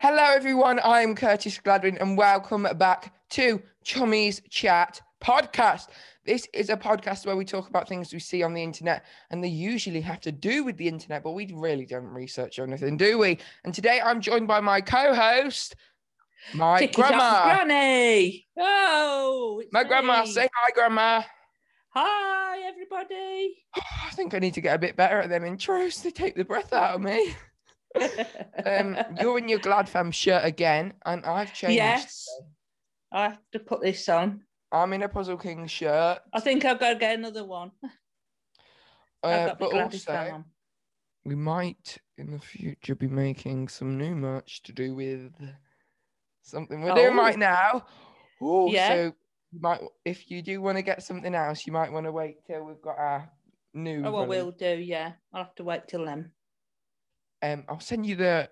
Hello, everyone. I'm Curtis Gladwin, and welcome back to Chummies Chat Podcast. This is a podcast where we talk about things we see on the internet, and they usually have to do with the internet, but we really don't research or anything, do we? And today I'm joined by my co host, my Chicky grandma. Jack's Granny. Oh, it's my grandma. me. Say hi, grandma. Oh, hi, everybody. I think I need to get a bit better at them intros. They take the breath out of me. Um, you're in your Glad Fam shirt again, and I've changed. yes, I have to put this on. I'm in a Puzzle King shirt, I think I've got to get another one. I've uh, got my but Gladys also. fan on. we might in the future be making some new merch to do with something we're doing Oh. right now. Oh, Yeah. so you might if you do want to get something else, you might want to wait till we've got our new. Oh, I release. will do. Yeah, I'll have to wait till then. Um, I'll send you the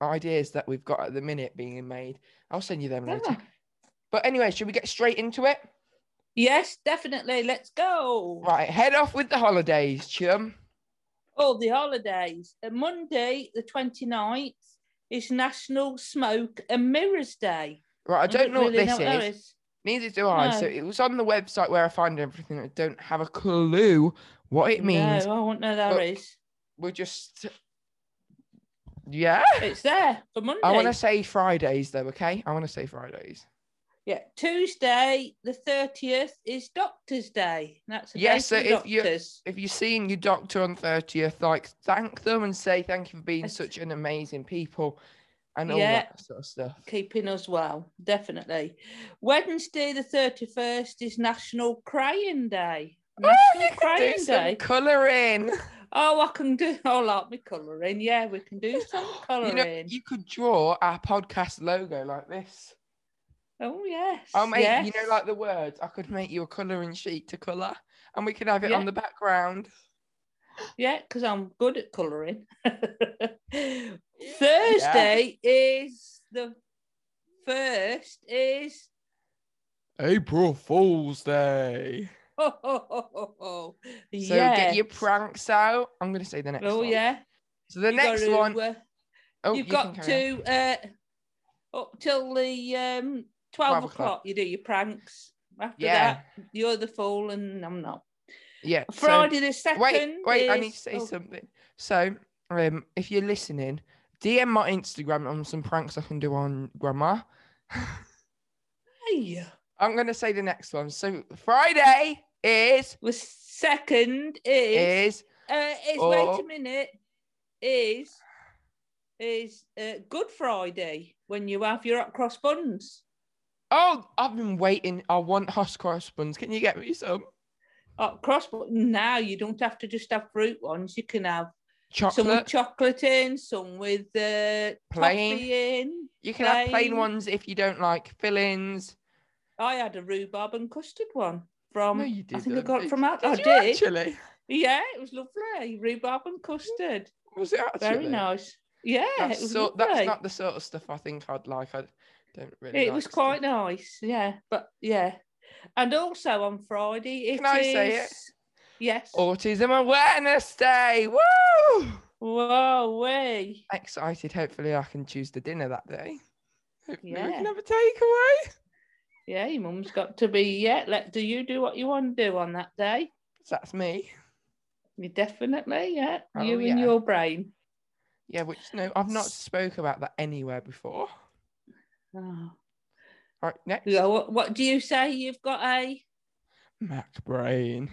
ideas that we've got at the minute being made. I'll send you them later. Ah. But anyway, should we get straight into it? Yes, definitely. Let's go. Right, head off with the holidays, chum. Oh, the holidays. Uh, Monday, the 29th, is National Smoke and Mirrors Day. Right, I don't know what really this that is. Neither do I. So No. it was on the website where I find everything. I don't have a clue what it means. No, I won't know that But- is. We're just, yeah. It's there for Monday. I want to say Fridays though. Okay, I want to say Fridays. Yeah, Tuesday the thirtieth is Doctors' Day. That's a Yes, so day for if you- doctors. If you're seeing your doctor on thirtieth, like thank them and say thank you for being Yes. such an amazing people, and all Yeah. that sort of stuff. Keeping us well, definitely. Wednesday the thirty-first is National Crayon Day. National Ah, Do Crayon some Day. colouring. Oh, I can do. I like my colouring. Yeah, we can do some You colouring. know, you could draw our podcast logo like this. oh yes. I'll make you yes. know like the words. I could make you a colouring sheet to colour, and we could have it on Yeah. the background. Yeah, because I'm good at colouring. Thursday is the first is April Fool's Day. Oh, oh, oh, oh, oh. So get your Yes. pranks out. I'm going to say the next Oh one. yeah. So the You next gotta, one. uh, Oh, you've you can got carry on. to uh, up till the um, twelve o'clock. o'clock. You do your pranks. After Yeah. that, you're the fool, and I'm not. Yeah. so- Friday the second. wait, wait. I need to is- say oh, something. So, um, if you're listening, DM my Instagram on some pranks I can do on Grandma. hey. I'm going to say the next one. So Friday is The second is is uh, Eh, is oh. wait a minute is is uh, Good Friday when you have your hot cross buns. Oh, I've been waiting. I want Husk Cross buns. Can you get me some? Hot cross bun. Now you don't have to just have fruit ones. You can have Chocolate. Some with chocolate in, some with uh, Plain. toffee in. you can have plain plain. ones if you don't like fillings. I had a rhubarb and custard one from. no, you did. I think I got it from out. out. I you did. Actually, Yeah, it was lovely. Rhubarb and custard. was it actually? Very nice. Yeah, That's, it was sort- lovely. that's not the sort of stuff I think I'd like. I don't really. it like was stuff. quite nice. Yeah, but yeah, and also on Friday it Can I say it? Oh. is- Yes. Autism Awareness Day. Woo! Whoa, way. Excited. Hopefully, I can choose the dinner that day. Hopefully, we Yeah. can have a takeaway. Yeah, your mum's got to be. Yeah, let do you do what you want to do on that day. That's me. You definitely, yeah. Oh, you yeah. and your brain. Yeah, which no, I've not spoke about that anywhere before. Oh. Right, next. Yeah, uh, what, what do you say? You've got a Mac brain.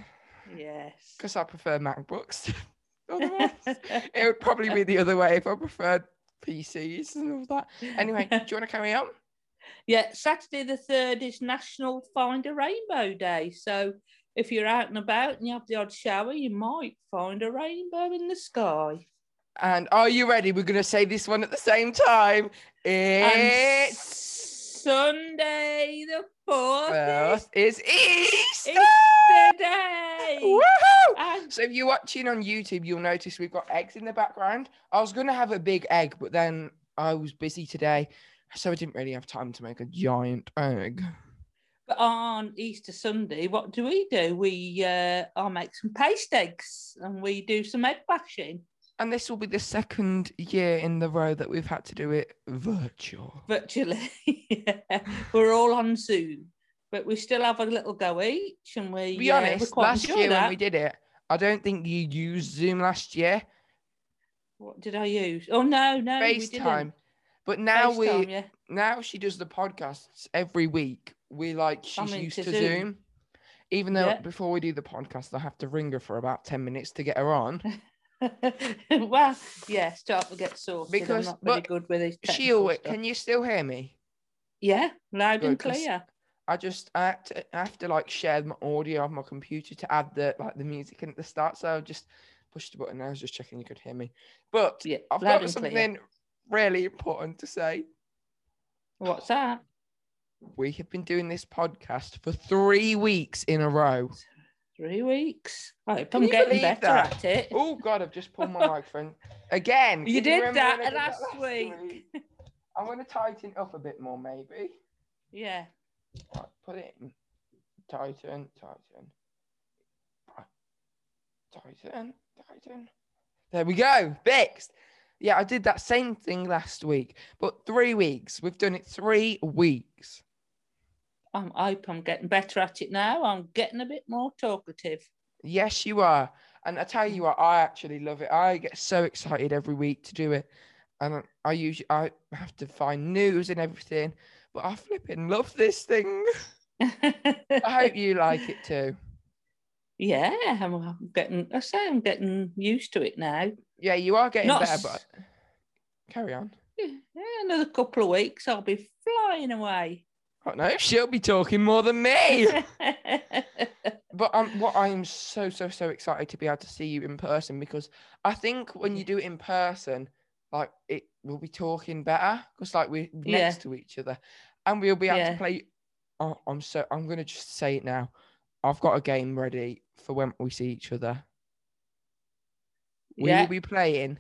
yes. because I prefer MacBooks. Otherwise, it would probably be the other way if I preferred PCs and all that. Anyway, do you want to carry on? yeah, Saturday the third is National Find a Rainbow Day. So if you're out and about and you have the odd shower, you might find a rainbow in the sky. And are you ready? We're going to say this one at the same time. And It's Sunday the fourth first is Easter. is today. Woohoo! And So if you're watching on YouTube, you'll notice we've got eggs in the background. I was going to have a big egg, but then I was busy today, so I didn't really have time to make a giant egg. But on Easter Sunday, what do we do? We uh, I make some paste eggs and we do some egg bashing. And this will be the second year in the row that we've had to do it virtual. virtually. yeah. We're all on Zoom, but we still have a little go each, and we To be uh, we're honest, quite last enjoy year when that. we did it, I don't think you used Zoom last year, What did I use? Oh no, no, we didn't. FaceTime. But now we FaceTime, yeah. now she does the podcasts every week. We like she's Coming used to to Zoom. Zoom. Even though Yeah. before we do the podcast, I have to ring her for about 10 minutes to get her on. well, yeah, start to get sorted. Because- Because I'm not very but good with these. technical Sheila, stuff. can you still hear me? yeah, loud and Good, 'cause- clear. I just I have, to, I have to like share my audio on my computer to add the like the music in at the start. So I just pushed the button. I was just checking you could hear me. But Yeah, I've loud got and something clear. really important to say. What's that? We have been doing this podcast for three weeks in a row. Three weeks. I hope Can I'm you getting believe better that? at it. Oh God, I've just pulled my microphone again. You Can did remember that when I did last week? I'm gonna tighten up a bit more, maybe. Yeah. Right, put it in. Tighten, tighten. Right. Tighten, tighten. There we go. Fixed. Yeah, I did that same thing last week, but three weeks. We've done it three weeks. I'm, I hope I'm getting better at it now. I'm getting a bit more talkative. Yes, you are. And I tell you what, I actually love it. I get so excited every week to do it. And I- I usually I have to find news and everything, but I flipping love this thing. I hope you like it too. Yeah, I'm, I'm getting. I say I'm getting used to it now. Yeah, you are getting Not better, but s- carry on. Yeah, another couple of weeks, I'll be flying away. Oh no, she'll be talking more than me. yeah, but um, what I am so so so excited to be able to see you in person because I think when you do it in person, like it we'll be talking better because like we're Yeah. next to each other, and we'll be able to Yeah. play. Oh, I'm so I'm gonna just say it now. I've got a game ready for when we see each other. We will be playing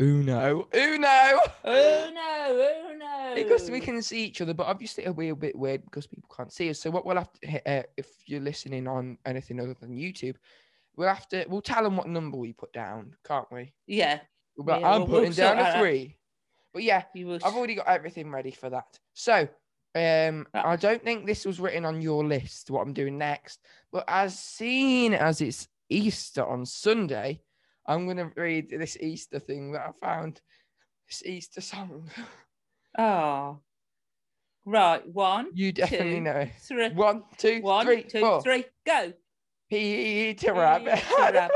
Uno, Uno, Oh no! Oh no! because we can see each other, but obviously it'll be a bit weird because people can't see us. So what we'll have to, hit, uh, if you're listening on anything other than YouTube, we'll have to we'll tell them what number we put down, can't we? Yeah, We'll be like, Yeah, I'm well, we'll putting down sort a that out." three. But yeah, you will. I've already got everything ready for that. So um, Ah. I don't think this was written on your list. What I'm doing next, but as seen as it's Easter on Sunday, I'm gonna read this Easter thing that I found. This Easter song. Oh, right. One, You definitely Two. know it. three, One, two, one, three, two, four. E three, E go. Peter Rabbit Peter had a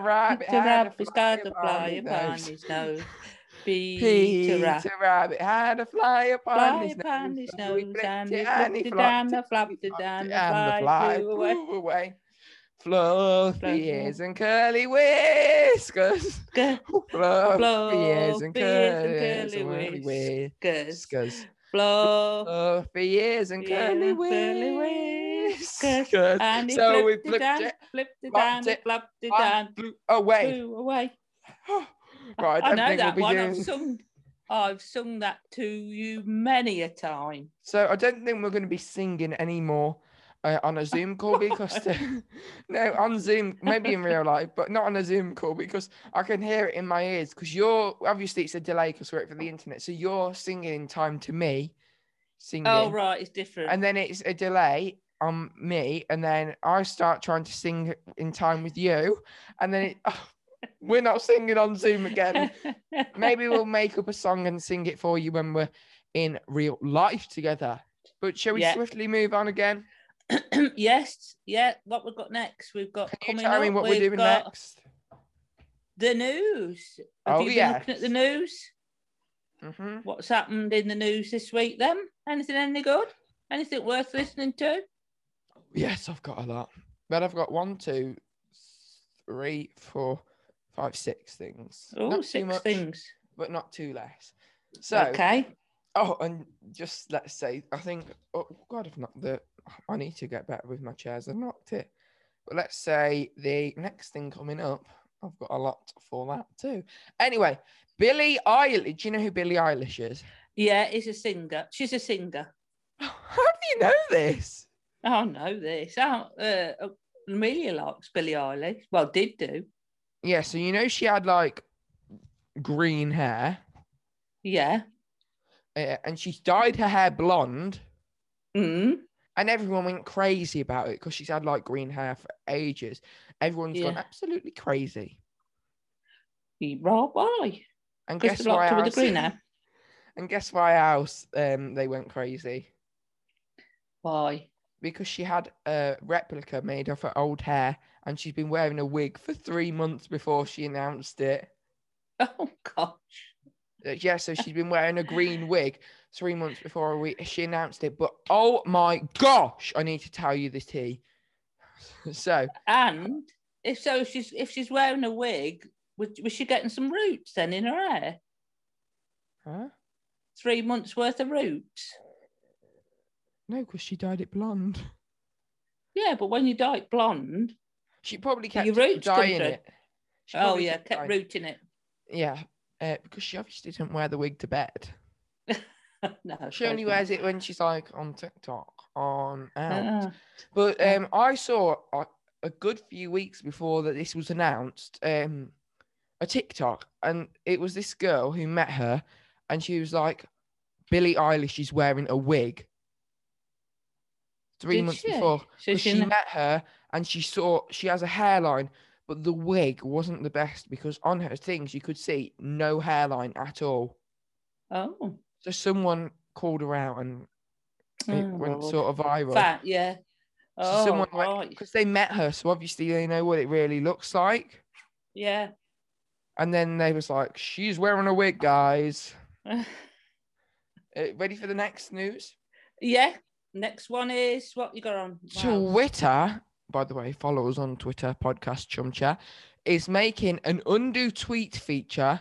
Rabbit had a fly upon his nose. Peter, Peter Rabbit had a Peter Rabbit's fly upon his nose. E got a fly upon his E nose. Peter Rabbit. Peter Rabbit had a fly upon Fly his upon his nose. So he nose flipped and it he and he flipped it flopped down, it and flopped it flopped down, it and the fly flew away. flew away. Fluffy Fluffy ears and curly whiskers. Good, Fluffy ears Oh, and Fluffy ears curly and ears and curly whiskers. good. whiskers. Blow. Oh, for years and Yeah, curly curly whiskers. whiskers. And he So we flipped it flipped down, it. flipped it flopped down, it, it flopped it and down, flew away. flew away. right, I I don't know think that we'll one. be I've doing. sung, I've sung that to you many a time. So I don't think we're going to be singing anymore uh, on Oh a Zoom call because the- no, on Zoom, maybe in real life, but not on a Zoom call because I can hear it in my ears. Because you're obviously it's a delay because we're Oh. for the internet, so you're singing in time to me, singing. Oh right, it's different. and then it's a delay on me, and then I start trying to sing in time with you, and then it, oh, we're not singing on Zoom again. Maybe we'll make up a song and sing it for you when we're in real life together. But shall we Yeah. swiftly move on again? yes, yeah. What we've got next? We've got Can you coming tell up. me what we've we're doing got next? The news. Have Oh, you been looking yes. at the news? hmm What's happened in the news this week? Then anything any good? Anything worth listening to? Yes, I've got a lot. But I've got one, two, three, four, five, six things. Oh, not too six much, things. but not too less. So. okay. Oh, and just let's say, I think, oh God, I've knocked the, I need to get better with my chairs. I've knocked it. But let's say the next thing coming up, I've got a lot for that too. Anyway, Billie Eilish. Do you know who Billie Eilish is? Yeah, he's a singer. She's a singer. How do you know this? Oh no, this. Oh, uh, Amelia likes Billie Eilish. Well, did do. Yeah, so you know she had like green hair, Yeah. uh, and she dyed her hair blonde, Mm. and everyone went crazy about it because she's had like green hair for ages. Everyone's gone Yeah. absolutely crazy. Be Right, why? And Because guess they locked why her with the green else? hair. And guess why else um, they went crazy? Why? Because she had a replica made of her old hair, and she's been wearing a wig for three months before she announced it. Oh gosh. Uh, Yeah, so she's been wearing a green wig three months before we she announced it. But oh my gosh, I need to tell you this tea. So And if so, if she's if she's wearing a wig, was, was she getting some roots then in her hair? huh? Three months worth of roots. no, because she dyed it blonde. Yeah, but when you dye it blonde, She probably Your kept roots come dyeing through. it. She oh probably yeah, kept kept dyeing- rooting it. Yeah, uh, because she obviously didn't wear the wig to bed. no, I She only suppose not. wears it when she's like on TikTok, on out. Ah, But Yeah. um, I saw a, a good few weeks before that this was announced um, a TikTok, and it was this girl who met her, and she was like, "Billie Eilish is wearing a wig." Three did months she? before, So 'cause she, she met her, and she saw she has a hairline, but the wig wasn't the best because on her things you could see no hairline at all. oh, So someone called her out, and it Oh, went Lord. sort of viral. fat, yeah. So Oh, someone went- right. because they met her, so obviously they know what it really looks like. yeah. And then they was like, "She's wearing a wig, guys." Uh, ready for the next news? yeah. Next one is what you got on. Wow. Twitter, by the way, follow us on Twitter, podcast Chum Chat, is making an undo tweet feature.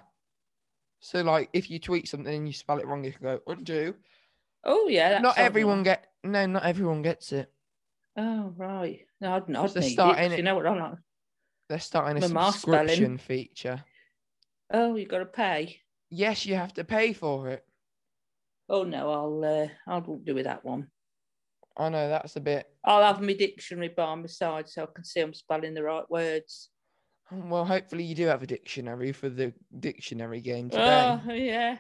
So, like, if you tweet something and you spell it wrong, you can go undo. Oh yeah. that sounds not nice. everyone get no, not everyone gets it. Oh right. No, I'd not. It's the need it, start, 'cause innit? You know what I'm like. They're starting a My ma's spelling. subscription feature. Oh, you got to pay. Yes, you have to pay for it. Oh no, I'll uh, I won't do with that one. I know that's a bit I'll have my dictionary by my side so I can see I'm spelling the right words. Well, hopefully you do have a dictionary for the dictionary game today. Oh yeah,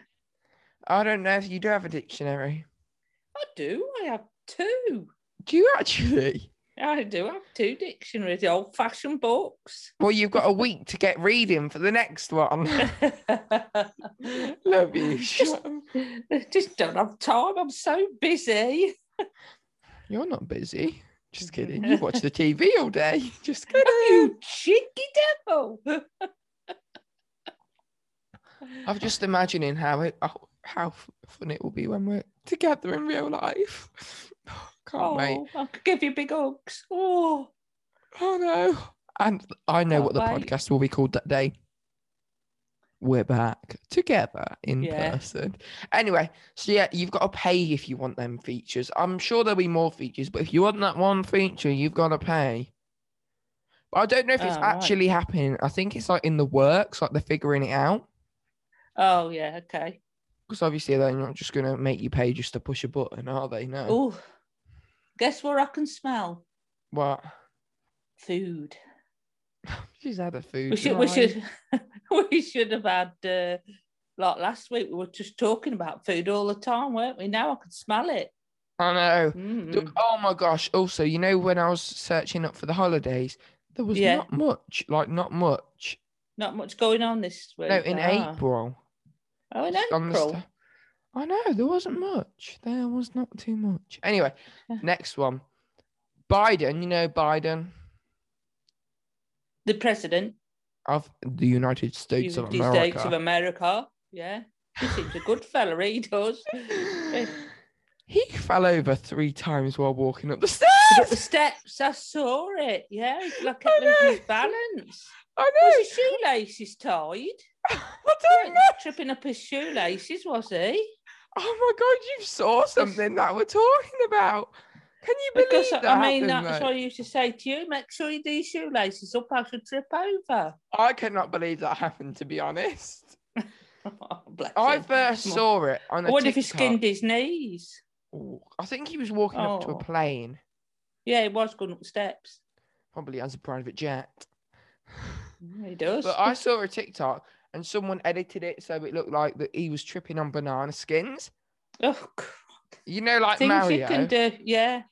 I don't know if you do have a dictionary. I do. I have two. Do you actually? I do have two dictionaries, the old-fashioned books. Well, you've got a week to get reading for the next one. Love you. Just- Sean. Just don't have time. I'm so busy. You're not busy. Just kidding. You watch the TV all day. Just kidding. You cheeky devil. I'm just imagining how it, oh, how f- fun it will be when we're together in real life. Can't Oh, wait. I could give you big hugs. Oh, Oh no. And I know Can't what the wait. podcast will be called that day. We're back together in Yeah. person. Anyway, so yeah, you've got to pay if you want them features. I'm sure there'll be more features, but if you want that one feature, you've got to pay. But I don't know if it's Oh, right. actually happening. I think it's like in the works, like they're figuring it out. oh yeah, okay. Because obviously they're not just gonna make you pay just to push a button, are they? No. Oh, guess what I can smell? What? Food. She's had a food. We should, we drive. should, we should have had. Uh, like last week, we were just talking about food all the time, weren't we? Now I can smell it. I know. Look, Mm. oh my gosh. Also, you know, when I was searching up for the holidays, there was Yeah. not much, like, not much. Not much going on this week. No, in Ah. April. Oh, in just on the April. sta- I know, there wasn't much. There was not too much. Anyway, Yeah. next one. Biden, you know, Biden The president of the United States of United States of America. America. Yeah. He seems a good fella, he does. he fell over three times while walking up the Up the stairs. steps, I saw it. Yeah, he's like I kept losing know. his balance. I Was know. his shoelaces tied? I don't know. Tripping up his shoelaces, was he? Oh my god, you saw something that we're talking about. Can you believe Because uh, that? I mean, happened, that's mate? what I used to say to you: make sure you do your shoelaces up, I should trip over. I cannot believe that happened. To be honest, Oh, Bless I him. first Come on. saw it on a I wonder if he TikTok. skinned his knees. Ooh, I think he was walking up to Oh. a plane. Yeah, he was going up steps. Probably has a private jet. He does. But I saw a TikTok and someone edited it so it looked like that he was tripping on banana skins. oh, God. You know, like things Mario. you can do. Yeah.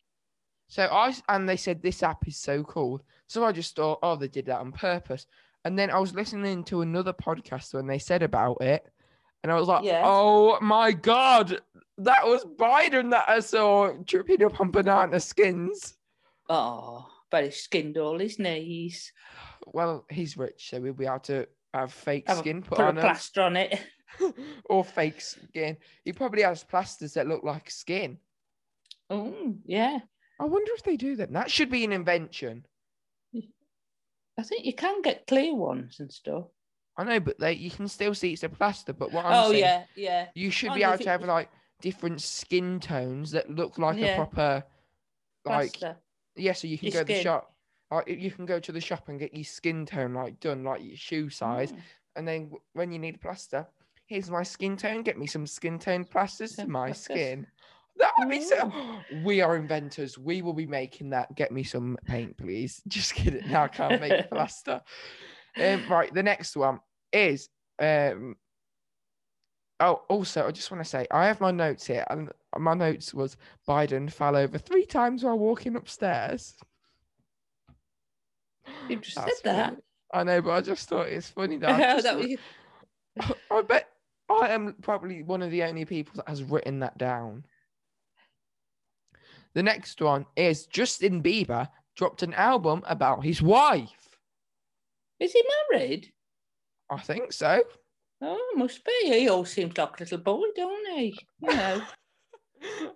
So I s- and they said this app is so cool. So I just thought, oh, they did that on purpose. And then I was listening to another podcast when they said about it, and I was like, Yeah. oh my god, that was Biden that I saw tripping up on banana skins. Oh, but he skinned all his knees. Well, he's rich, so we'll be able to have fake Have a- skin put Put a on him, plaster on it. or fake skin. He probably has plasters that look like skin. Oh, yeah. I wonder if they do that. That should be an invention. I think you can get clear ones and stuff. I know, but they you can still see it's a plaster. But what I'm oh, saying yeah, yeah. You should Oh, be no, able if to it have was- like different skin tones that look like a Yeah. proper, like Plaster. yeah. So you can Your go to the skin. shop, like you can go to the shop and get your skin tone like done, like your shoe size, Mm. and then w- when you need a plaster, here's my skin tone. Get me some skin tone plasters to Some my plasters. skin. That would be so. We are inventors. We will be making that. Get me some paint, please. Just kidding. Now I can't make plaster. Um, right, the next one is um oh also I just want to say I have my notes here and my notes was Biden fell over three times while walking upstairs. You just That's said that. funny. I know, but I just thought it's funny that, I, Oh, just- that was, I bet I am probably one of the only people that has written that down. The next one is Justin Bieber dropped an album about his wife. is he married? I think so. Oh, must be. He all seems like a little boy, don't he? You know,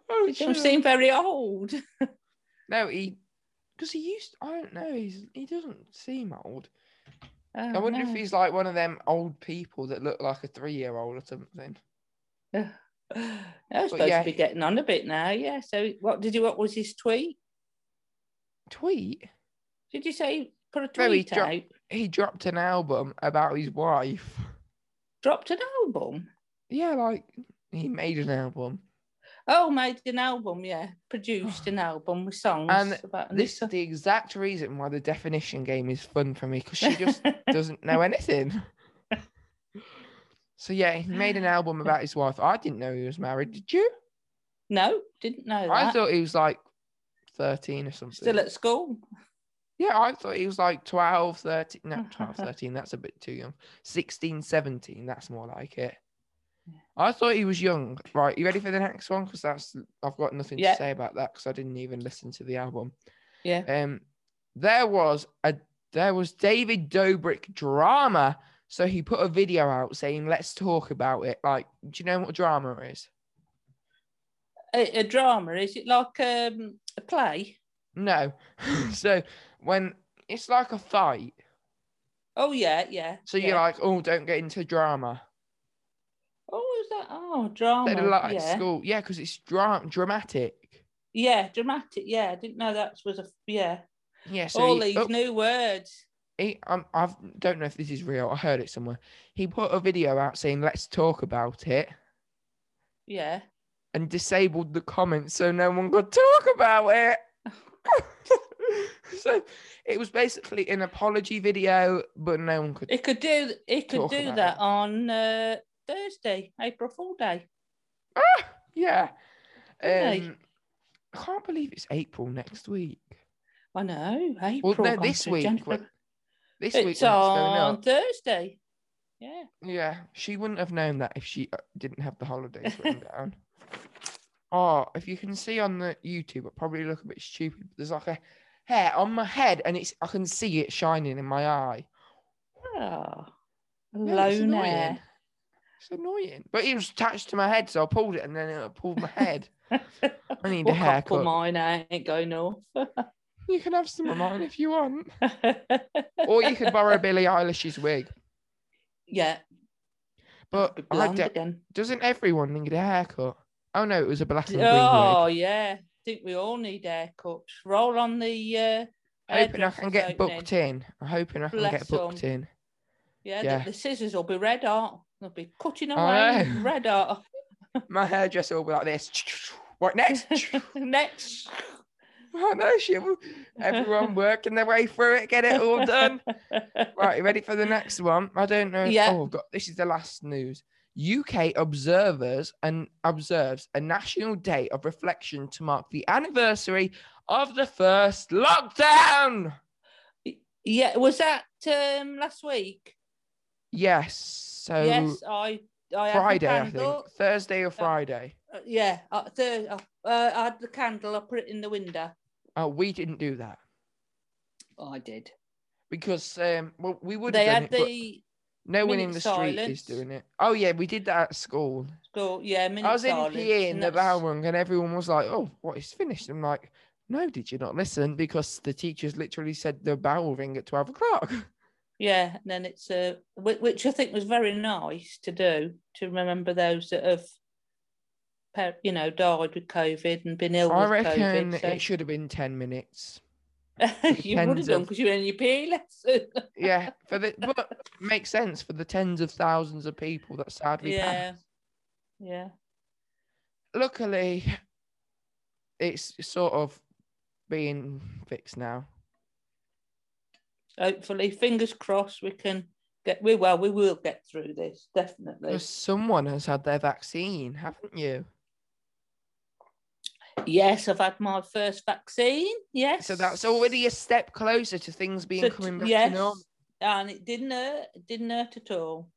Oh, he sure. don't seem very old. No, he because he used. I don't know. He's he doesn't seem old. Oh, I wonder if he's like one of them old people that look like a three-year-old or something. I suppose yeah, to be he- getting on a bit now, yeah. So, what did you? What was his tweet? Tweet. Did you say he put a No, he tweet dro- out? He dropped an album about his wife. Dropped an album. Yeah, like he made an album. Oh, made an album, yeah. Produced an album with songs. And about a new This song. is the exact reason why the definition game is fun for me because she just doesn't know anything. So yeah, he made an album about his wife. I didn't know he was married. Did you? no, didn't know that. I thought he was like thirteen or something. Still at school. Yeah, I thought he was like 12, 13. No, 12, 13. That's a bit too young. 16, 17. That's more like it. I thought he was young. Right. You ready for the next one? Because that's I've got nothing Yeah. to say about that because I didn't even listen to the album. Yeah. Um, there was a there was David Dobrik drama. So he put a video out saying, "Let's talk about it." Like, do you know what drama is? A, a drama, is it like um, a play? No. so when it's like a fight, Oh, yeah, yeah. so yeah. you're like, "Oh, don't get into drama." Oh, is that? Oh, They drama. like yeah. school, yeah, because it's dra- dramatic. yeah, dramatic. Yeah, I didn't know that was a. Yeah. Yeah, so All he, these oh, new words. he, um, I don't know if this is real. I heard it somewhere. He put a video out saying, "Let's talk about it," Yeah. and disabled the comments so no one could talk about it. so it was basically an apology video, but no one could. It could do. It could Talk do about that it. on uh, Thursday, April Fool Day. Yeah, Really? um, I can't believe it's April next week. I know. April. Well, no, gone this to week. January. when- This week, when It's it's going up. on Thursday. Yeah. Yeah, she wouldn't have known that if she uh, didn't have the holidays written down. Oh, if you can see on the YouTube, I probably look a bit stupid. But there's like a hair on my head, and it's I can see it shining in my eye. Yeah, Oh, it's lone annoying. air. It's annoying, but it was attached to my head, so I pulled it, and then it pulled my head. I need a Well, can't pull haircut. mine out, ain't going off. You can have some of mine if you want, or you could borrow Billie Eilish's wig. yeah, But be I blonde don't- again. doesn't everyone need a haircut? Oh no, it was a black and green wig. Oh yeah, I think we all need haircuts. Roll on the. Uh, hoping I hairdresser's can get opening. booked in. I'm hoping I can get Bless booked in. Yeah, yeah. The, the scissors will be red hot. They'll be cutting I away, know. red hot. My hairdresser will be like this. What next? Next, Right, no shit. Everyone working their way through it, get it all done. Right, you ready for the next one? I don't know. if- Yeah. Oh god, this is the last news. UK observers and observes a national day of reflection to mark the anniversary of the first lockdown. Yeah, was that um last week? Yes. So yes, I I had the Friday, I candle. think. Thursday or Friday. Uh, Yeah, uh, Thursday. Uh, I had the candle. I put it in the window. Oh, we didn't do that Oh, I did. because um, well, we would they have done had it, but the no one in the minute street silence. is doing it. Oh yeah, we did that at school. school. Yeah, minute I was in silence, PE in and the that's- Balmung and everyone was like, "Oh, what is finished?" I'm like, "No, did you not listen?" Because the teachers literally said the bell will ring at twelve o'clock. Yeah, and then it's uh, whi- which I think was very nice to do to remember those that have, per- you know, died with COVID and been ill I with reckon COVID. so- it should have been ten minutes. you would depends have done on- because you were in your PE lesson. Yeah, for the but makes sense for the tens of thousands of people that sadly passed. yeah, yeah. luckily it's sort of being fixed now Hopefully, fingers crossed, we can get. We well, we will get through this definitely. because someone has had their vaccine haven't you Yes, I've had my first vaccine. Yes. so that's already a step closer to things being So t- coming back yes, to normal and it didn't hurt. It didn't hurt at all.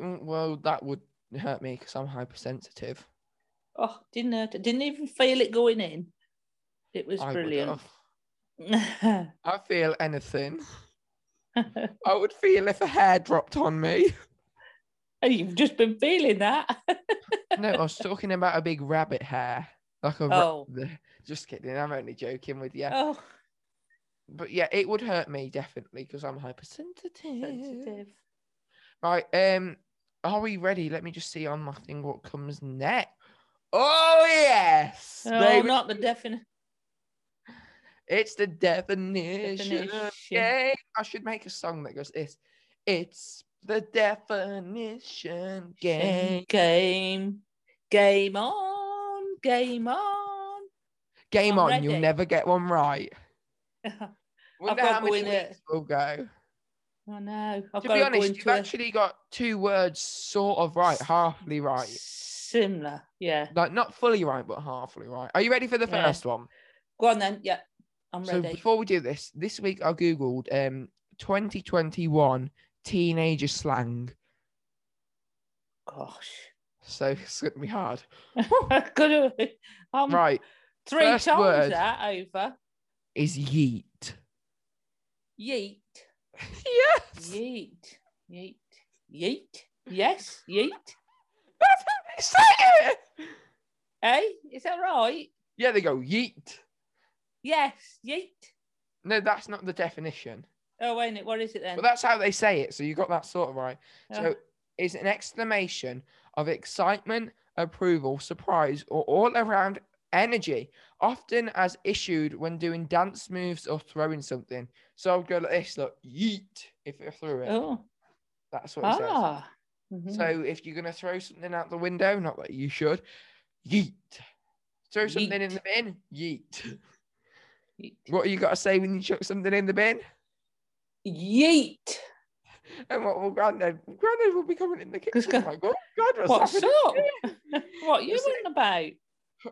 Mm, well that would hurt me because i'm hypersensitive Oh, didn't hurt. I didn't even feel it going in. It was I, would- brilliant. oh, I feel anything i would feel if a hair dropped on me Oh, You've just been feeling that. no i was talking about a big rabbit hair like a ra- Oh. the- just kidding i'm only joking with you oh, but yeah it would hurt me definitely because i'm hypersensitive sensitive. Right. Um. Are we ready? Let me just see on my thing what comes next. Oh yes, Oh, baby. not the definite. it's the definition. Definition. Yay. I should make a song that goes this. It's the definition game. Game. Game on. Game on. Game I'm on. You'll ready. never get one right. Wonder got how many one that- weeks we'll go. I know. I've to got be to go honest, you've into a actually got two words sort of right, halfly right. similar. Yeah. Like not fully right, but halfly right. Are you ready for the Yeah. first one? Go on then. Yeah. I'm So ready. before we do this, this week I googled um 2021 teenager slang. Gosh. So it's gonna be hard. Could have, I'm Right, three first times word. that over. is yeet. Yeet. yes. Yeet. Yeet. Yeet. Yes. Yeet. That's how they say it. Hey, is that right? Yeah, they go yeet. Yes. Yeet. No, that's not the definition. Oh, ain't it? What is it then? But that's how they say it. So you got that sort of right. Oh, So it's an exclamation of excitement, approval, surprise, or all around energy, often as issued when doing dance moves or throwing something. So I'll go like this look, yeet, if I threw it. oh. That's what it ah. Mhm. says. So if you're going to throw something out the window, not that you should, yeet. Throw something in Yeet. the bin, yeet. Yeet. What you got to say when you chuck something in the bin? Yeet. And what will Grandad? Grandad will be coming in the kitchen. Gra- like, oh, God, what's, What's happening? up? what you What's it- on about?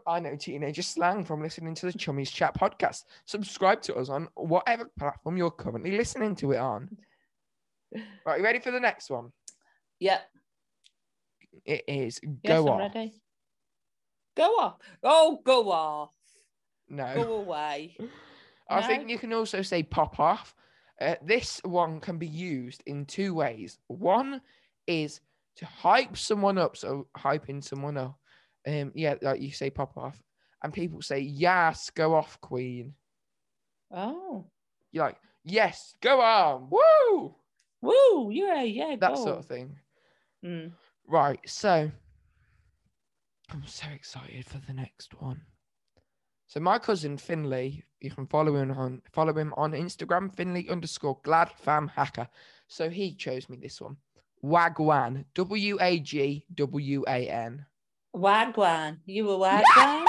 I know teenager slang from listening to the Chummies Chat podcast. Subscribe to us on whatever platform you're currently listening to it on. Right, you ready for the next one? Yeah. It is Yes, go I'm on. ready. Go off. Oh, go off. No, Go away. I No. think you can also say pop off. Uh, this one can be used in two ways. One is to hype someone up, so hyping someone up. Um, yeah, like you say pop off, and people say yes, go off, queen. Oh. You're like yes, go on, woo, Woo. Yeah. Yeah. that go. sort of thing. Mm. Right, so I'm so excited for the next one. So my cousin Finley, you can follow him on follow him on Instagram, Finley underscore glad fam hacker. So he chose me this one. Wagwan. W A G W A N. Wagwan. You were wagwan?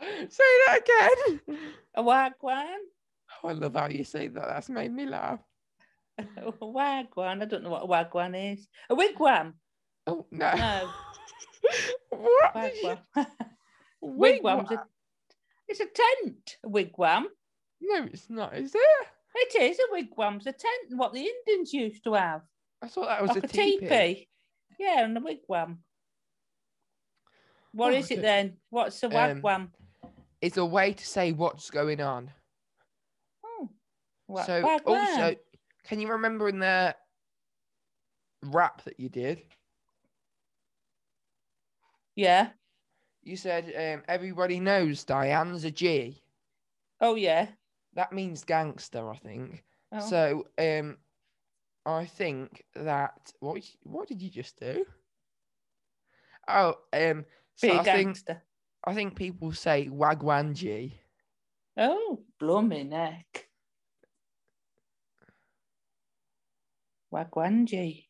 Say that again. A wagwan. Oh, I love how you say that. That's made me laugh. A wagwan. I don't know what a wagwan is. A wigwam. Oh no. No, what? did you- wagwan. Wigwam's a, it's a tent. A wigwam. No, it's not, is it? It is a wigwam's a tent. What the Indians used to have, I thought that was like a, teepee. Yeah, and a wigwam. What Oh, is okay. it then? What's a Um, wagwam? It's a way to say what's going on. oh, wa- so wagwan. also, can you remember in the rap that you did? yeah. You said um, everybody knows Diane's a G. Oh yeah. That means gangster, I think. Oh. So um, I think that what y- what did you just do? Oh, um, so Be a I think gangster. I think people say wagwan G. Oh, blooming neck. Wagwanji.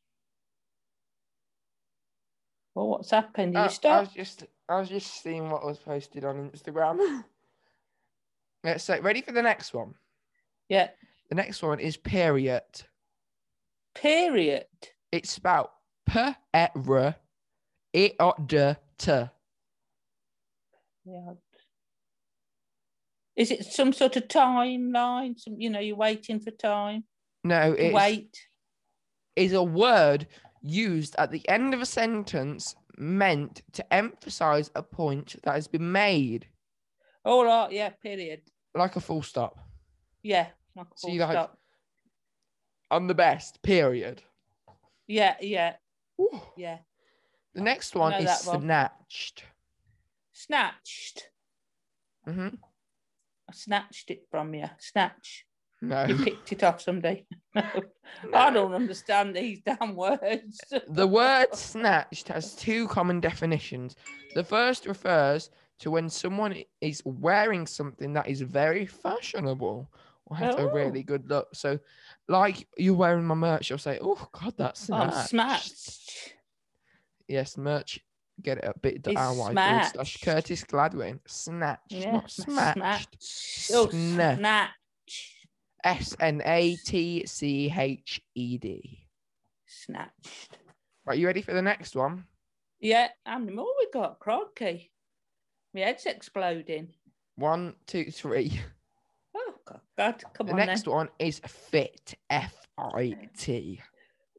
Well, what's happened? Oh, You I stop. was just I was just seeing what was posted on Instagram. Yeah, so ready for the next one. Yeah. The next one is period. Period. It's spelled p e r e o d t. Yeah. Is it some sort of timeline? Some, you know, you're waiting for time. No, You it's Wait. is a word used at the end of a sentence meant to emphasize a point that has been made, All right. Yeah. Period. like a full stop. Yeah. Like a So full you like- stop. I'm the best. Period. Yeah. Yeah. Ooh. Yeah. The next one know is that one. snatched. Snatched. hmm I snatched it from you. Snatch. No. You picked it off someday. I don't understand these damn words. The word snatched has two common definitions. The first refers to when someone is wearing something that is very fashionable or has a Oh. really good look. So, like you're wearing my merch, you'll say, Oh, God, that's I'm snatched. smashed. Yes, merch. Get it at bit.ly It's forward slash snatched. Curtis Gladwin. Snatched, Yeah, not sma- smatched. Oh, Sna- snatch. S N A T C H E D. Snatched. Right, you ready for the next one? Yeah, how many more we got? Crikey. My head's exploding. One, two, three. Oh, God. God come The on next next one is fit. F I T.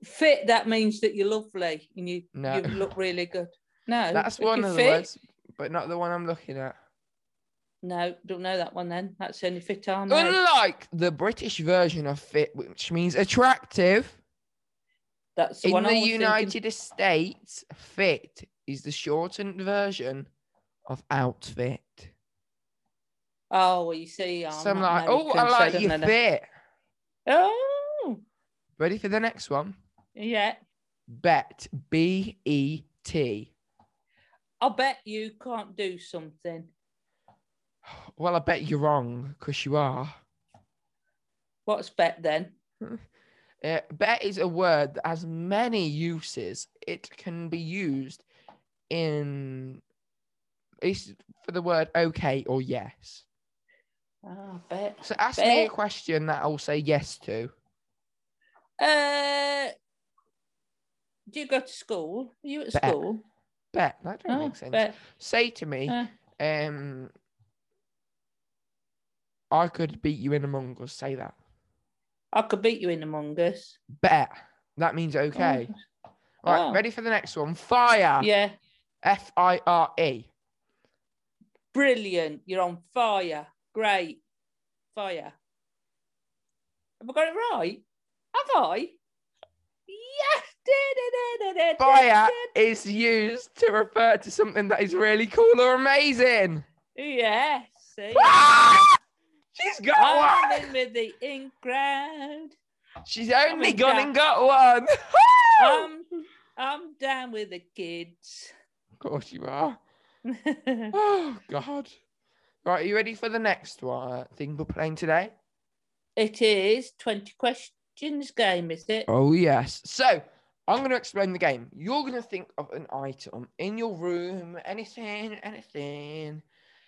Fit, that means that you're lovely and you, No. you look really good. No. That's if you're one of the fit- words, but not the one I'm looking at. No, don't know that one then. That's the only fit on there. Unlike the British version of fit, which means attractive, That's the in one I the was thinking. United States, fit is the shortened version of outfit. Oh, well, you see. I'm so I'm not like, oh, I American, so like don't you know that." fit. Oh, Ready for the next one? yeah. Bet. B E T. I bet you can't do something. Well, I bet you're wrong because you are. What's bet then? Uh, bet is a word that has many uses. It can be used in it's for the word okay or yes. Ah, bet. So ask me a Bet. question that I'll say yes to. Uh, do you go to school? Are you at Bet. school? Bet that don't Ah, make sense. bet. Say to me, Uh, um, I could beat you in Among Us. Say that. I could beat you in Among Us. Bet that means okay. All right, Oh. ready for the next one? Fire. Yeah, F I R E. brilliant. You're on fire. Great. Fire. Have I got it right? Have I? Yes. Da-da-da-da-da-da-da. Fire is used to refer to something that is really cool or amazing. Yes. see? Ah! She's got Oh, I'm one. in with the in crowd. She's only in gone doubt. and got one. I'm, I'm down with the kids. of course you are. Oh God. Right, are you ready for the next one uh, thing we're playing today? it is 20 questions game, is it? Oh yes. So I'm going to explain the game. You're going to think of an item in your room, anything, anything,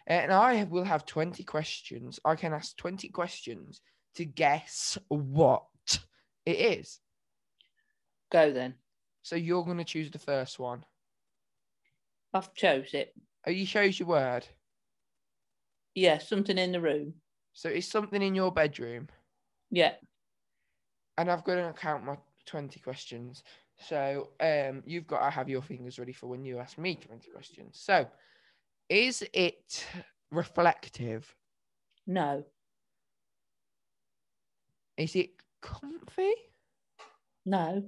And I will have 20 questions. I can ask 20 questions to guess what it is. Go then. So you're going to choose the first one. I've chose it. Are you chose your word? Yeah, something in the room. So it's something in your bedroom. Yeah. And I've got to count my 20 questions. So um, you've got to have your fingers ready for when you ask me 20 questions. So is it reflective? No. Is it comfy? No.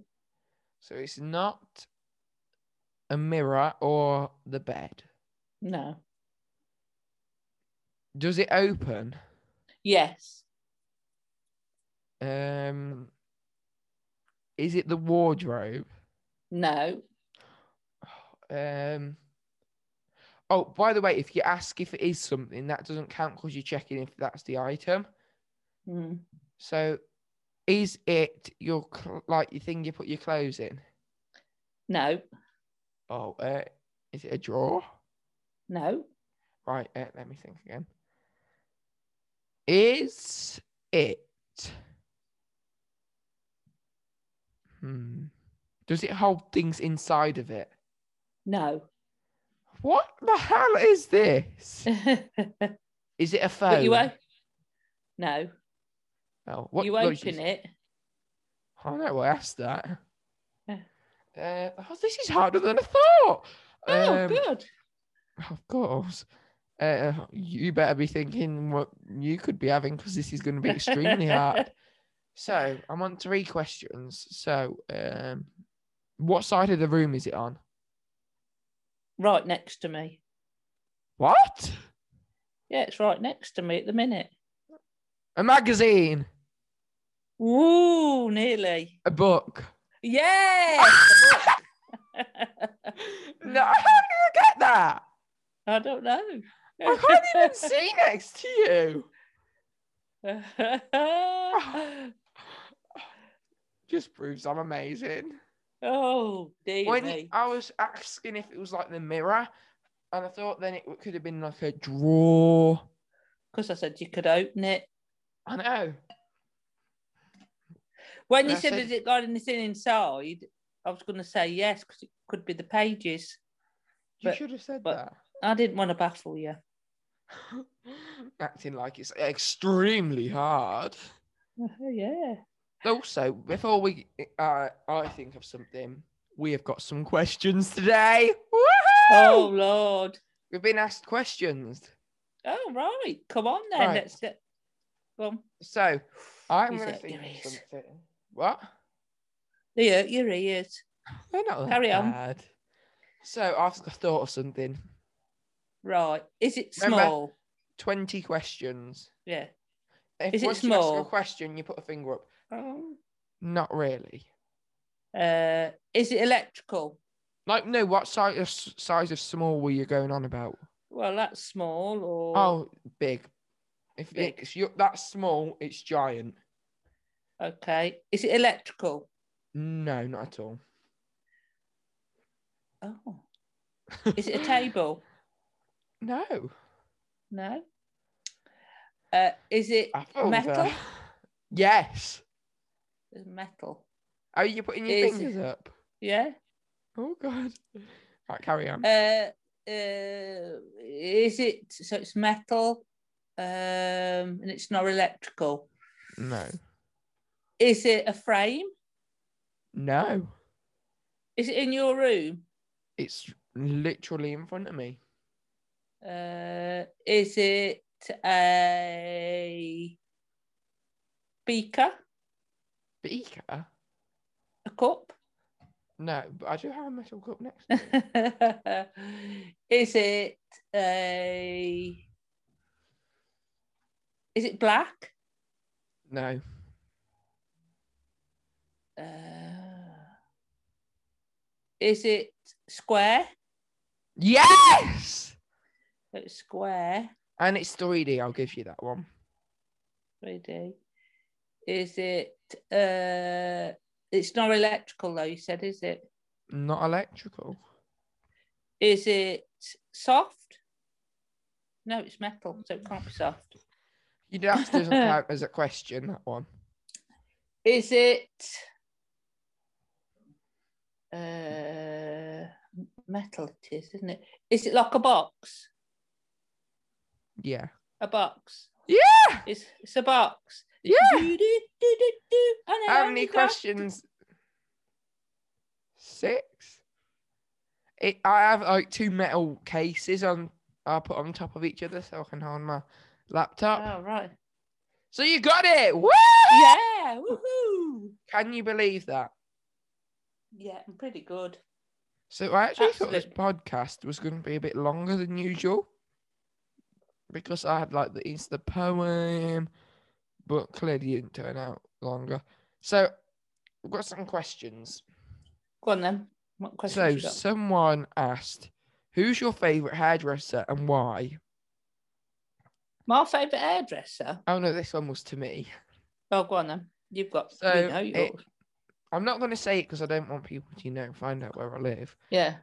So it's not a mirror or the bed. No. Does it open? Yes. Um, is it the wardrobe? No. Um, oh, by the way, if you ask if it is something, that doesn't count because you're checking if that's the item. Mm. So, is it your cl- like your thing you put your clothes in? No. Oh, uh, is it a drawer? No. Right, uh, let me think again. Is it? Hmm. Does it hold things inside of it? No. What the hell is this? but Is it a phone? you o- No. oh, what, you what open did you- it. Oh no, I asked that. Yeah. Uh, oh, this is harder than I thought. Oh, Um, good. Of course. Uh, you better be thinking what you could be having because this is going to be extremely hard. So I'm on three questions. So, um, what side of the room is it on? Right next to me. What? Yeah, it's right next to me at the minute. A magazine, Woo, nearly. a book. Yes. No, how do you get that? I don't know. I can't even see next to you. Just proves I'm amazing. oh, dear when me. I was asking if it was like the mirror, and I thought then it could have been like a drawer. Because I said you could open it. I know. When I you said, said- has it got anything inside? I was going to say yes, because it could be the pages. You But- should have said but- I didn't want to baffle you. that. Acting like it's extremely hard. Oh, yeah. Also, before we, uh, I think of something. We have got some questions today. Woohoo! Oh, Lord. We've been asked questions. Oh, right. Come on then. Right. Let's uh, get. Come. So, I'm Use going to it, think of Grace. something. What? They hurt your ears. They're not that Carry on. bad. So, I've thought of something. Right. Is it small? Remember- 20 questions. Yeah. If Is it once you ask small? a question, you put a finger up. Um, Not really. Uh, is it electrical? Like, no, what size of, size of small were you going on about? Well, that's small. Or Oh, big. If Big. it's you that small, it's giant. okay. Is it electrical? No, not at all. Oh. Is it a table? No. No. Uh, is it I thought Metal? that- Yes. It's metal? Are you putting your Is- fingers up? Yeah. Oh God. Right, carry on. Uh, uh, is it so? It's metal, um, and it's not electrical. no. Is it a frame? No. Is it in your room? It's literally in front of me. Uh, is it a beaker, Beaker? a cup? No, but I do have a metal cup next to me. is it a? Is it black? no. Uh, is it square? Yes. It's square. And it's 3D, I'll give you that one. Three D. Is it? Uh, it's not electrical though. You said, is it? Not electrical. Is it soft? No, it's metal, so it can't be soft. Your ask doesn't count as a question, that one. Is it uh, metal? It is, isn't it? Is it like a box? Yeah. A box. Yeah! It's it's a box. Yeah. Do, do, do, do, do. And I How only many got- questions? Six. It, I have like two metal cases on I put on top of each other so I can hold my laptop. Oh right. So you got it. Woo! Yeah. Woohoo. Can you believe that? Yeah, I'm pretty good. So I actually thought this Absolutely. podcast was going to be a bit longer than usual because I had like the Easter poem, but clearly it didn't turn out longer. So we've got some questions. Go on then. What question? So you got? someone asked, "Who's your favorite hairdresser and why?" My favourite hairdresser. Oh no, this one was to me. Oh, go on then. You've got. So you know, it- yours. I'm not going to say it because I don't want people to you know find out where I live. yeah,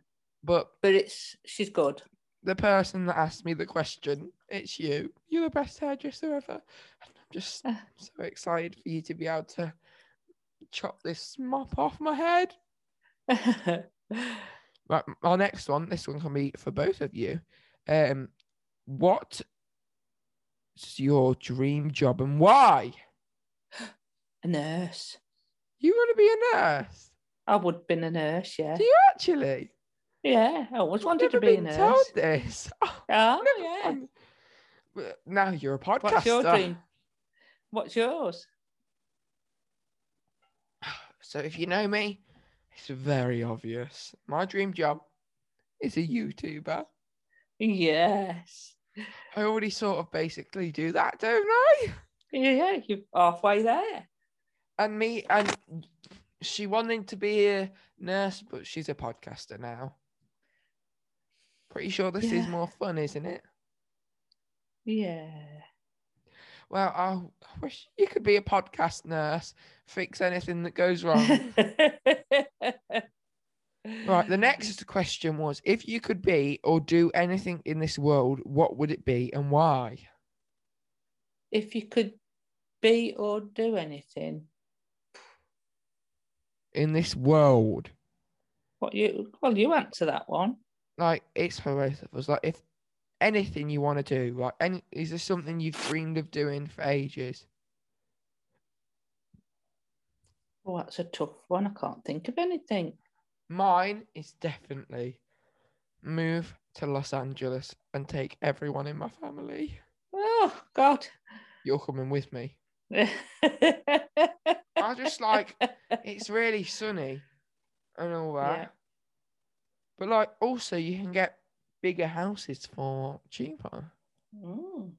But but it's she's good. the person that asked me the question, it's you. You're the best hairdresser ever. And I'm just Ah. so excited for you to be able to chop this mop off my head. Right, m- our next one, this one can be for both of you. Um, what's your dream job and why? a nurse. You want to be a nurse? I would have been a nurse. Yeah. Do you actually? Yeah. oh, I always wanted Never to be a been nurse. told this. Oh, Oh never yeah. mind. Well, Now you're a podcaster. What's your dream? What's yours? So if you know me, it's very obvious. My dream job is a YouTuber. Yes. I already sort of basically do that, don't I? Yeah, you're halfway there. And me and she wanted to be a nurse, but she's a podcaster now. Pretty sure this is Yeah. more fun, isn't it? Yeah. Well, I I wish you could be a podcast nurse, fix anything that goes wrong. right. Right, the next question was if you could be or do anything in this world, what would it be and why? If you could be or do anything, In this world, what you well, you answer that one. like it's for both of us. Like, if anything you want to do, like, any is there something you've dreamed of doing for ages? Oh, that's a tough one. I can't think of anything. Mine is definitely move to Los Angeles and take everyone in my family. Oh God. You're coming with me. I just like it's really sunny and all that. Yeah. But like also you can get bigger houses for cheaper. Mm.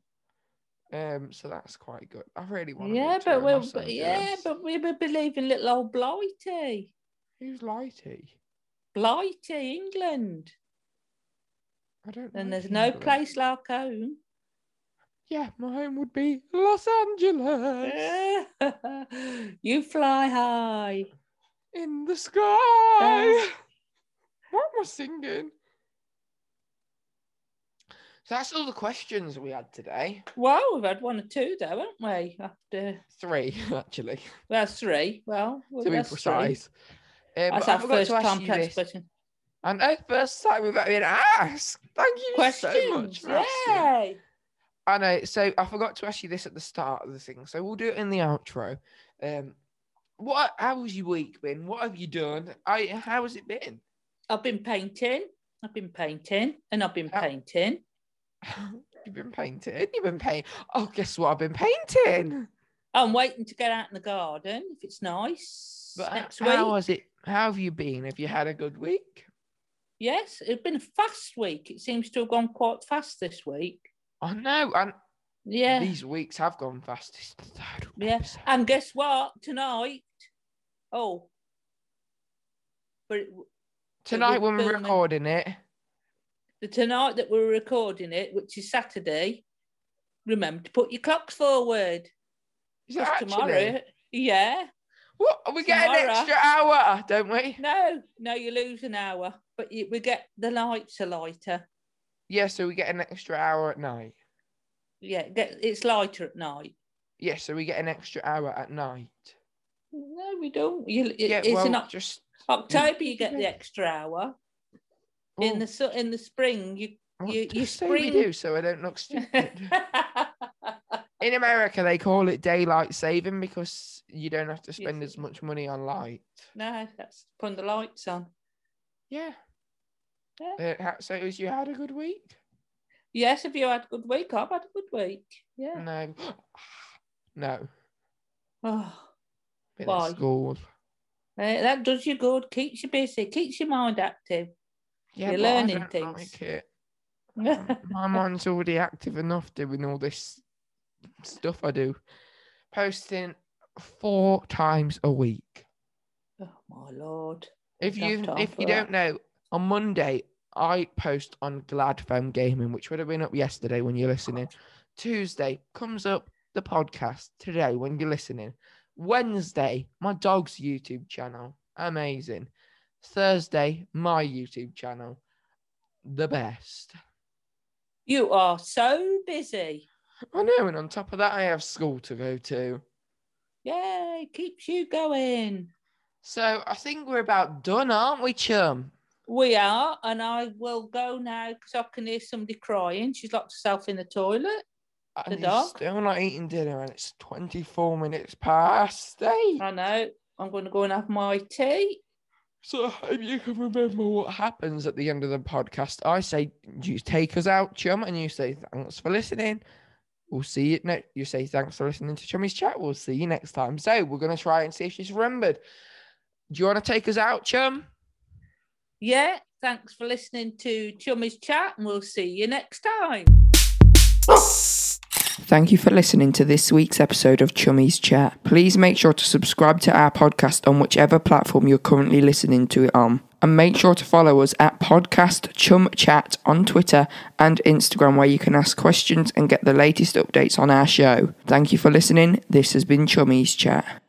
Um so that's quite good. I really want to Yeah, but we're we'll but yeah, but we will be leaving little old Blighty. who's Lighty? Blighty, England. I don't know And there's no England. place like home. Yeah, my home would be Los Angeles you fly high. in the sky. what am I singing? So that's all the questions we had today. Wow, we've had one or two though, haven't we? After Three, actually. well, three. Well, well, to be that's three. precise. Um, That's I our forgot first to ask you complex this. question. I know, first time without being asked. Thank you Questions. so much for asking. Yay. I know. So I forgot to ask you this at the start of the thing. So we'll do it in the outro. Um, what? How's your week been? What have you done? I. How has it been? I've been painting. I've been painting, and I've been Oh. painting. You've been painting. You've been painting. Oh, guess what? I've been painting. I'm waiting to get out in the garden if it's nice But next h- how week. has it? How have you been? Have you had a good week? Yes, it's been a fast week. It seems to have gone quite fast this week. I know. And Yeah. these weeks have gone fast. It's the third Yeah, episode. And guess what? Tonight, oh, but it, So Tonight we're when we're filming- recording it, the tonight that we're recording it, which is Saturday, remember to put your clocks forward. is it 'cause actually? tomorrow, yeah, What we get an Tomorrow. extra hour, don't we? no, no, you lose an hour, but you, we get the lights are lighter. Yeah, so we get an extra hour at night. Yeah, get, it's lighter at night. Yeah, so we get an extra hour at night. No, we don't. You, it, yeah, it's well, in Oc- just October you get the extra hour. Ooh, In the su- in the spring you what you- did you I say we spring- do, so I don't look stupid. yeah, in America, they call it daylight saving because you don't have to Yes, spend it as much money on light. no, that's putting the lights on. Yeah. Yeah. Uh, ha- so it was you had a good week? Yes, if you had a good week, I've had a good week. Yeah. No. No. Oh, Been Why? at school. eh, that does you good. Keeps you busy. Keeps your mind active. Yeah, You're but I learning don't things. like it. Um, My mind's already active enough doing all this stuff I do. Posting four times a week. Oh my lord. If Don't have you time if you for that. don't know, on Monday I post on Gladphone Gaming, which would have been up yesterday when you're listening. Tuesday comes up the podcast today when you're listening. Wednesday, my dog's YouTube channel. Amazing. Thursday, my YouTube channel. The best. You are so busy. I know, and on top of that, I have school to go to. Yay, keeps you going. So I think we're about done, aren't we, chum? We are, and I will go now because I can hear somebody crying. She's locked herself in the toilet. And The he's dog? still not eating dinner, and it's 24 minutes past eight. I know. I'm going to go and have my tea. So I hope you can remember what happens at the end of the podcast. I say, you take us out, chum, and you say, thanks for listening. We'll see you. No, you say, thanks for listening to Chummy's Chat. We'll see you next time. So we're going to try and see if she's remembered. Do you want to take us out, chum? Yeah, thanks for listening to Chummy's Chat, and we'll see you next time. Thank you for listening to this week's episode of Chummy's Chat. Please make sure to subscribe to our podcast on whichever platform you're currently listening to it on. And make sure to follow us at Podcast Chum Chat on Twitter and Instagram, where you can ask questions and get the latest updates on our show. Thank you for listening. This has been Chummy's Chat.